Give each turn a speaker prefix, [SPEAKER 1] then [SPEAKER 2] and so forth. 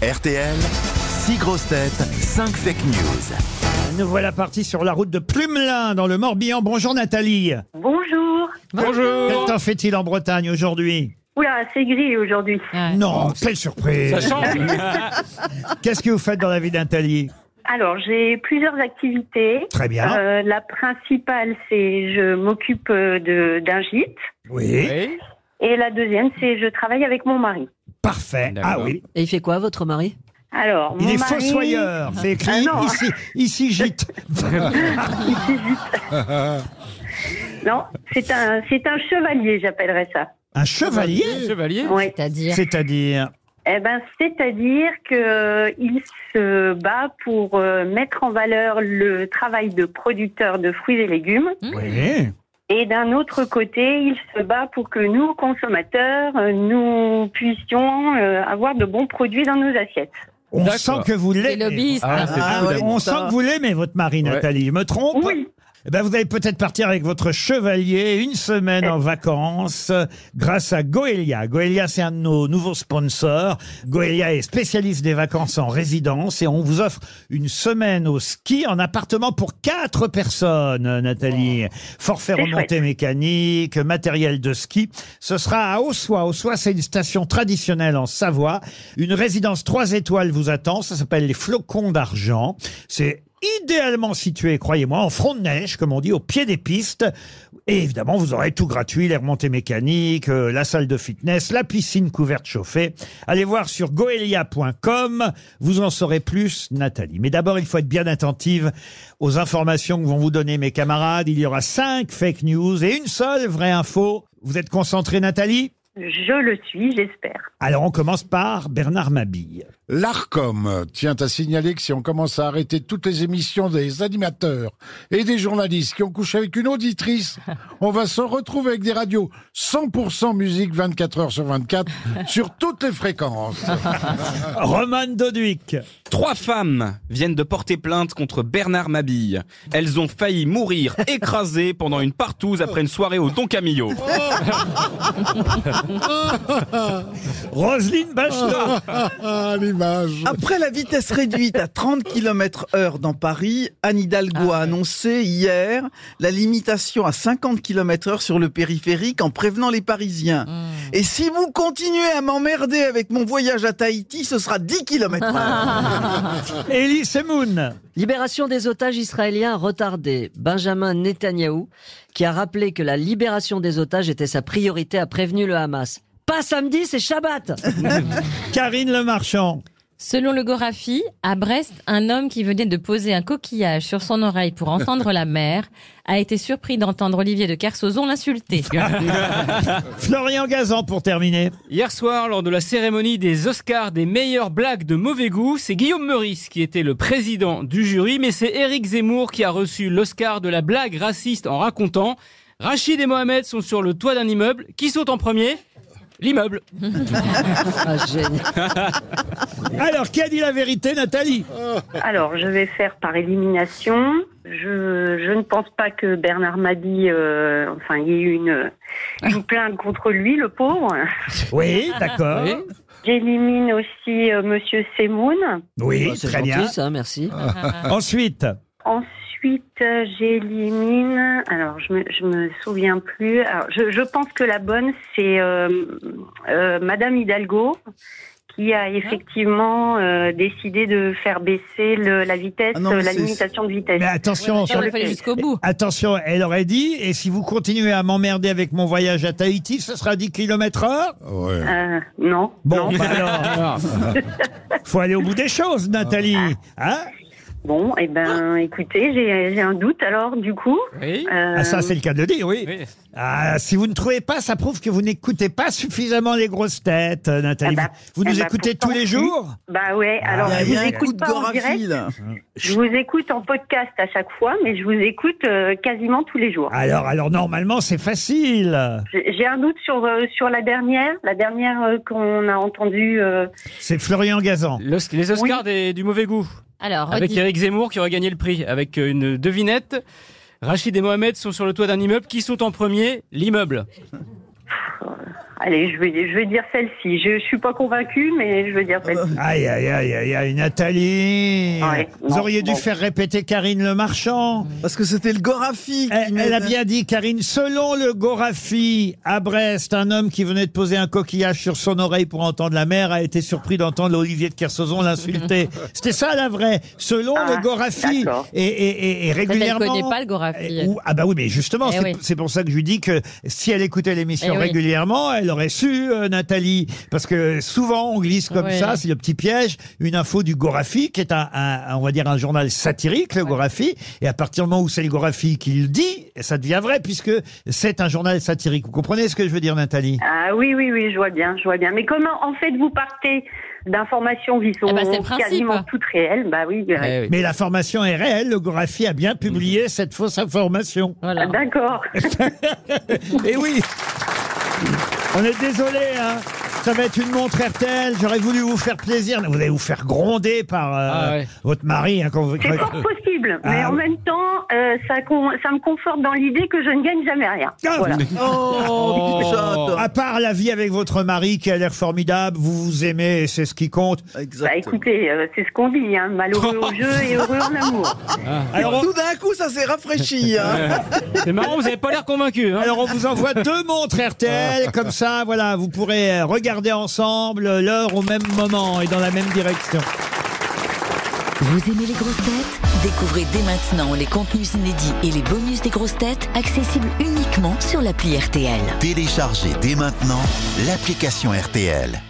[SPEAKER 1] RTL, 6 grosses têtes, 5 fake news.
[SPEAKER 2] Nous voilà partis sur la route de Plumelin dans le Morbihan. Bonjour Nathalie.
[SPEAKER 3] Bonjour.
[SPEAKER 2] Quel
[SPEAKER 4] Bonjour
[SPEAKER 2] temps fait-il en Bretagne aujourd'hui
[SPEAKER 3] Oula, c'est gris aujourd'hui.
[SPEAKER 2] Non, quelle surprise.
[SPEAKER 4] Ça change
[SPEAKER 2] Qu'est-ce que vous faites dans la vie Nathalie
[SPEAKER 3] Alors, j'ai plusieurs activités.
[SPEAKER 2] Très bien.
[SPEAKER 3] Euh, la principale, c'est je m'occupe euh, de- d'un gîte.
[SPEAKER 2] Oui,
[SPEAKER 4] Oui.
[SPEAKER 3] Et la deuxième, c'est je travaille avec mon mari.
[SPEAKER 2] parfait. Ah
[SPEAKER 4] D'accord.
[SPEAKER 2] oui.
[SPEAKER 5] Et il fait quoi, votre mari
[SPEAKER 3] Alors,
[SPEAKER 2] Il
[SPEAKER 3] mon
[SPEAKER 2] est
[SPEAKER 3] mari,
[SPEAKER 2] fossoyeur. C'est écrit
[SPEAKER 3] Ah non.
[SPEAKER 2] ici, ici gîte.
[SPEAKER 3] Non, c'est un, c'est un chevalier, j'appellerais ça.
[SPEAKER 2] Un chevalier,
[SPEAKER 4] Chevalier
[SPEAKER 3] Oui.
[SPEAKER 5] C'est-à-dire
[SPEAKER 2] c'est-à-dire.
[SPEAKER 3] Eh ben, c'est-à-dire que euh, il se bat pour euh, mettre en valeur le travail de producteur de fruits et légumes.
[SPEAKER 2] Oui.
[SPEAKER 3] Et d'un autre côté, il se bat pour que nous, consommateurs, euh, nous puissions euh, avoir de bons produits dans nos assiettes.
[SPEAKER 2] On
[SPEAKER 4] D'accord.
[SPEAKER 2] sent que vous
[SPEAKER 5] Les
[SPEAKER 2] l'aimez.
[SPEAKER 5] lobbyistes.
[SPEAKER 4] Ah, c'est
[SPEAKER 2] Ah
[SPEAKER 4] fou
[SPEAKER 2] oui,
[SPEAKER 4] d'amour.
[SPEAKER 2] on sent que vous l'aimez, votre mari,
[SPEAKER 4] Ouais.
[SPEAKER 2] Nathalie. Je me trompe
[SPEAKER 3] Oui,
[SPEAKER 2] Eh ben, vous allez peut-être partir avec votre chevalier une semaine en vacances euh, grâce à Goelia. Goelia, c'est un de nos nouveaux sponsors. Goelia est spécialiste des vacances en résidence et on vous offre une semaine au ski en appartement pour quatre personnes, euh, Nathalie. Forfait
[SPEAKER 3] C'est
[SPEAKER 2] remontée mécanique, matériel de ski. Ce sera à Ossois. Ossois, c'est une station traditionnelle en Savoie. Une résidence trois étoiles vous attend. Ça s'appelle les Flocons d'Argent. C'est idéalement situé, croyez-moi, en front de neige, comme on dit, au pied des pistes. Et évidemment, vous aurez tout gratuit, les remontées mécaniques, euh, la salle de fitness, la piscine couverte chauffée. Allez voir sur goelia.com, vous en saurez plus, Nathalie. Mais d'abord, il faut être bien attentive aux informations que vont vous donner mes camarades. Il y aura cinq fake news et une seule vraie info. Vous êtes concentrée, Nathalie
[SPEAKER 3] je le suis, j'espère.
[SPEAKER 2] Alors, on commence par Bernard Mabille.
[SPEAKER 6] L'ARCOM tient à signaler que si on commence à arrêter toutes les émissions des animateurs et des journalistes qui ont couché avec une auditrice, on va se retrouver avec des radios 100% musique 24 heures sur 24 sur toutes les fréquences.
[SPEAKER 2] Roman Doduic.
[SPEAKER 4] Trois femmes viennent de porter plainte contre Bernard Mabille. Elles ont failli mourir écrasées pendant une partouze après une soirée au Don Camillo.
[SPEAKER 2] Roselyne Bachelot.
[SPEAKER 6] Ah, l'image.
[SPEAKER 7] Après la vitesse réduite à 30 km heure dans Paris, Anne
[SPEAKER 2] Ah
[SPEAKER 7] Hidalgo a annoncé hier la limitation à 50 km heure sur le périphérique en prévenant les Parisiens.
[SPEAKER 2] Hmm.
[SPEAKER 7] Et si vous continuez à m'emmerder avec mon voyage à Tahiti, ce sera 10 km heure.
[SPEAKER 2] Elie Semoun.
[SPEAKER 5] Libération des otages israéliens retardée. Benjamin Netanyahou, qui a rappelé que la libération des otages était sa priorité, a prévenu le Hamas. Pas samedi, c'est Shabbat
[SPEAKER 2] Karine Le Marchand.
[SPEAKER 8] Selon le Gorafi, à Brest, un homme qui venait de poser un coquillage sur son oreille pour entendre la mer a été surpris d'entendre Olivier de Kersauzon l'insulter.
[SPEAKER 2] Florian Gazan pour terminer.
[SPEAKER 9] Hier soir, lors de la cérémonie des Oscars des meilleures blagues de mauvais goût, c'est Guillaume Meurice qui était le président du jury, mais c'est Éric Zemmour qui a reçu l'Oscar de la blague raciste en racontant Rachid et Mohamed sont sur le toit d'un immeuble. Qui saute en premier L'immeuble.
[SPEAKER 5] Ah, génial.
[SPEAKER 2] Alors, qui a dit la vérité, Nathalie
[SPEAKER 3] Alors, je vais faire par élimination. Je, je ne pense pas que Bernard Madi, euh, enfin, il y ait eu une, une plainte contre lui, le pauvre.
[SPEAKER 2] Oui, d'accord.
[SPEAKER 9] Oui.
[SPEAKER 3] J'élimine aussi euh, Monsieur Semoun.
[SPEAKER 2] Oui,
[SPEAKER 5] Bah, c'est
[SPEAKER 2] très
[SPEAKER 5] gentil, Ah.
[SPEAKER 2] bien.
[SPEAKER 5] ça, merci.
[SPEAKER 2] Ah. Ensuite,
[SPEAKER 3] Ensuite, euh, j'élimine. Alors, je me, je me souviens plus. Alors, je, je pense que la bonne, c'est euh, euh, Madame Hidalgo, qui a effectivement euh, décidé de faire baisser le, la vitesse,
[SPEAKER 7] Ah non, mais
[SPEAKER 3] euh, la
[SPEAKER 7] c'est-
[SPEAKER 3] limitation de vitesse.
[SPEAKER 2] mais attention,
[SPEAKER 3] sur
[SPEAKER 8] Il
[SPEAKER 3] le
[SPEAKER 8] fallait
[SPEAKER 3] pays.
[SPEAKER 8] jusqu'au bout.
[SPEAKER 2] attention, elle aurait dit, et si vous continuez à m'emmerder avec mon voyage à Tahiti, ce sera 10 km heure
[SPEAKER 6] Ouais.
[SPEAKER 3] Euh, non.
[SPEAKER 2] Bon,
[SPEAKER 3] non.
[SPEAKER 2] bah alors, faut aller au bout des choses, Nathalie.
[SPEAKER 3] Ah.
[SPEAKER 2] Hein
[SPEAKER 3] Bon, et ben,
[SPEAKER 7] Ah.
[SPEAKER 3] écoutez, j'ai j'ai un doute alors, du coup.
[SPEAKER 9] Oui.
[SPEAKER 3] Euh,
[SPEAKER 2] ah, ça, c'est le cas de le dire, oui.
[SPEAKER 9] Oui.
[SPEAKER 2] Ah, si vous ne trouvez pas, ça prouve que vous n'écoutez pas suffisamment les grosses têtes, euh, Nathalie.
[SPEAKER 3] Ah bah,
[SPEAKER 2] vous vous nous
[SPEAKER 3] ah bah,
[SPEAKER 2] écoutez tous
[SPEAKER 3] pourtant,
[SPEAKER 2] les
[SPEAKER 3] si.
[SPEAKER 2] jours
[SPEAKER 3] Bah ouais, alors
[SPEAKER 7] Ah, Il
[SPEAKER 3] je
[SPEAKER 7] y a eu
[SPEAKER 3] vous
[SPEAKER 7] un coup
[SPEAKER 3] écoute
[SPEAKER 7] de
[SPEAKER 3] pas en
[SPEAKER 7] Gorafi,
[SPEAKER 3] direct.
[SPEAKER 7] là.
[SPEAKER 3] Je vous écoute en podcast à chaque fois, mais je vous écoute euh, quasiment tous les jours.
[SPEAKER 2] Alors, alors normalement, c'est facile.
[SPEAKER 3] J'ai j'ai un doute sur, euh, sur la dernière, la dernière euh, qu'on a entendue. euh,
[SPEAKER 2] C'est Florian Gazan.
[SPEAKER 9] L'Os- Les Oscars des- du mauvais goût.
[SPEAKER 10] Ah,
[SPEAKER 8] Alors,
[SPEAKER 9] Avec
[SPEAKER 8] redis-
[SPEAKER 9] Éric Zemmour qui aurait gagné le prix. Avec euh, une devinette. Rachid et Mohamed sont sur le toit d'un immeuble. Qui saute en premier L'immeuble.
[SPEAKER 3] Allez, je vais, je vais dire celle-ci. Je, je suis pas convaincue, mais je vais dire celle-ci.
[SPEAKER 2] Aïe, aïe, aïe, aïe, aïe, Nathalie
[SPEAKER 3] Ouais,
[SPEAKER 2] Vous
[SPEAKER 3] non,
[SPEAKER 2] auriez dû
[SPEAKER 3] bon.
[SPEAKER 2] faire répéter Karine Le Marchand.
[SPEAKER 7] Parce que c'était le Gorafi. qui
[SPEAKER 2] Elle, elle a
[SPEAKER 7] m'aidait.
[SPEAKER 2] bien dit, Karine, selon le Gorafi, à Brest, un homme qui venait de poser un coquillage sur son oreille pour entendre la mer a été surpris d'entendre Olivier de Kersauzon l'insulter. C'était ça la vraie, selon
[SPEAKER 3] Ah,
[SPEAKER 2] le Gorafi.
[SPEAKER 3] d'accord.
[SPEAKER 2] Et, et- et- et
[SPEAKER 8] Elle ne
[SPEAKER 2] régulièrement...
[SPEAKER 8] connaît pas le Gorafi.
[SPEAKER 2] Et où- ah bah oui, mais justement,
[SPEAKER 8] Eh
[SPEAKER 2] c'est
[SPEAKER 8] oui.
[SPEAKER 2] c'est pour ça que je lui dis que si elle écoutait l'émission
[SPEAKER 8] Eh oui.
[SPEAKER 2] régulièrement, elle aurait su, euh, Nathalie. Parce que souvent, on glisse comme
[SPEAKER 8] Oui.
[SPEAKER 2] ça, c'est le petit piège, une info du Gorafi, qui est un, un- on va dire, un journal satirique, le Gorafi. Et à partir du moment où c'est le Gorafi qui le dit, ça devient vrai, puisque c'est un journal satirique. Vous comprenez ce que je veux dire, Nathalie
[SPEAKER 3] Ah oui, oui, oui, je vois bien, je vois bien. Mais comment, en fait, vous partez d'informations qui sont
[SPEAKER 8] Eh ben, c'est le principe.
[SPEAKER 3] quasiment toutes réelles Bah oui, euh,
[SPEAKER 9] Eh oui.
[SPEAKER 2] Mais la formation est réelle, le Gorafi a bien publié cette fausse information.
[SPEAKER 8] Voilà.
[SPEAKER 3] ah, d'accord.
[SPEAKER 2] Ah. Et Eh oui On est désolé, hein ça va être une montre RTL, j'aurais voulu vous faire plaisir, mais vous allez vous faire gronder par euh,
[SPEAKER 9] Ah ouais.
[SPEAKER 2] votre mari. hein, quand vous...
[SPEAKER 3] C'est fort possible, mais
[SPEAKER 2] Ah
[SPEAKER 3] en
[SPEAKER 2] oui.
[SPEAKER 3] même temps, euh, ça, con- ça me conforte dans l'idée que je ne gagne jamais rien.
[SPEAKER 2] Ah,
[SPEAKER 3] Voilà.
[SPEAKER 7] Oh,
[SPEAKER 9] Oh.
[SPEAKER 7] putain.
[SPEAKER 2] À part la vie avec votre mari qui a l'air formidable, vous vous aimez et c'est ce qui compte.
[SPEAKER 3] Bah
[SPEAKER 7] Exactement.
[SPEAKER 3] écoutez, euh, c'est ce qu'on dit, hein, malheureux au jeu et heureux en amour.
[SPEAKER 2] Alors on,
[SPEAKER 7] Tout d'un coup, ça s'est rafraîchi. hein.
[SPEAKER 9] euh, C'est marrant, vous n'avez pas l'air convaincu. Hein
[SPEAKER 2] alors on vous envoie deux montres RTL, comme ça, voilà, vous pourrez euh, regarder ensemble euh, l'heure au même moment et dans la même direction.
[SPEAKER 10] Vous aimez les grosses têtes Découvrez dès maintenant les contenus inédits et les bonus des grosses têtes accessibles uniquement sur l'appli RTL.
[SPEAKER 1] Téléchargez dès maintenant l'application RTL.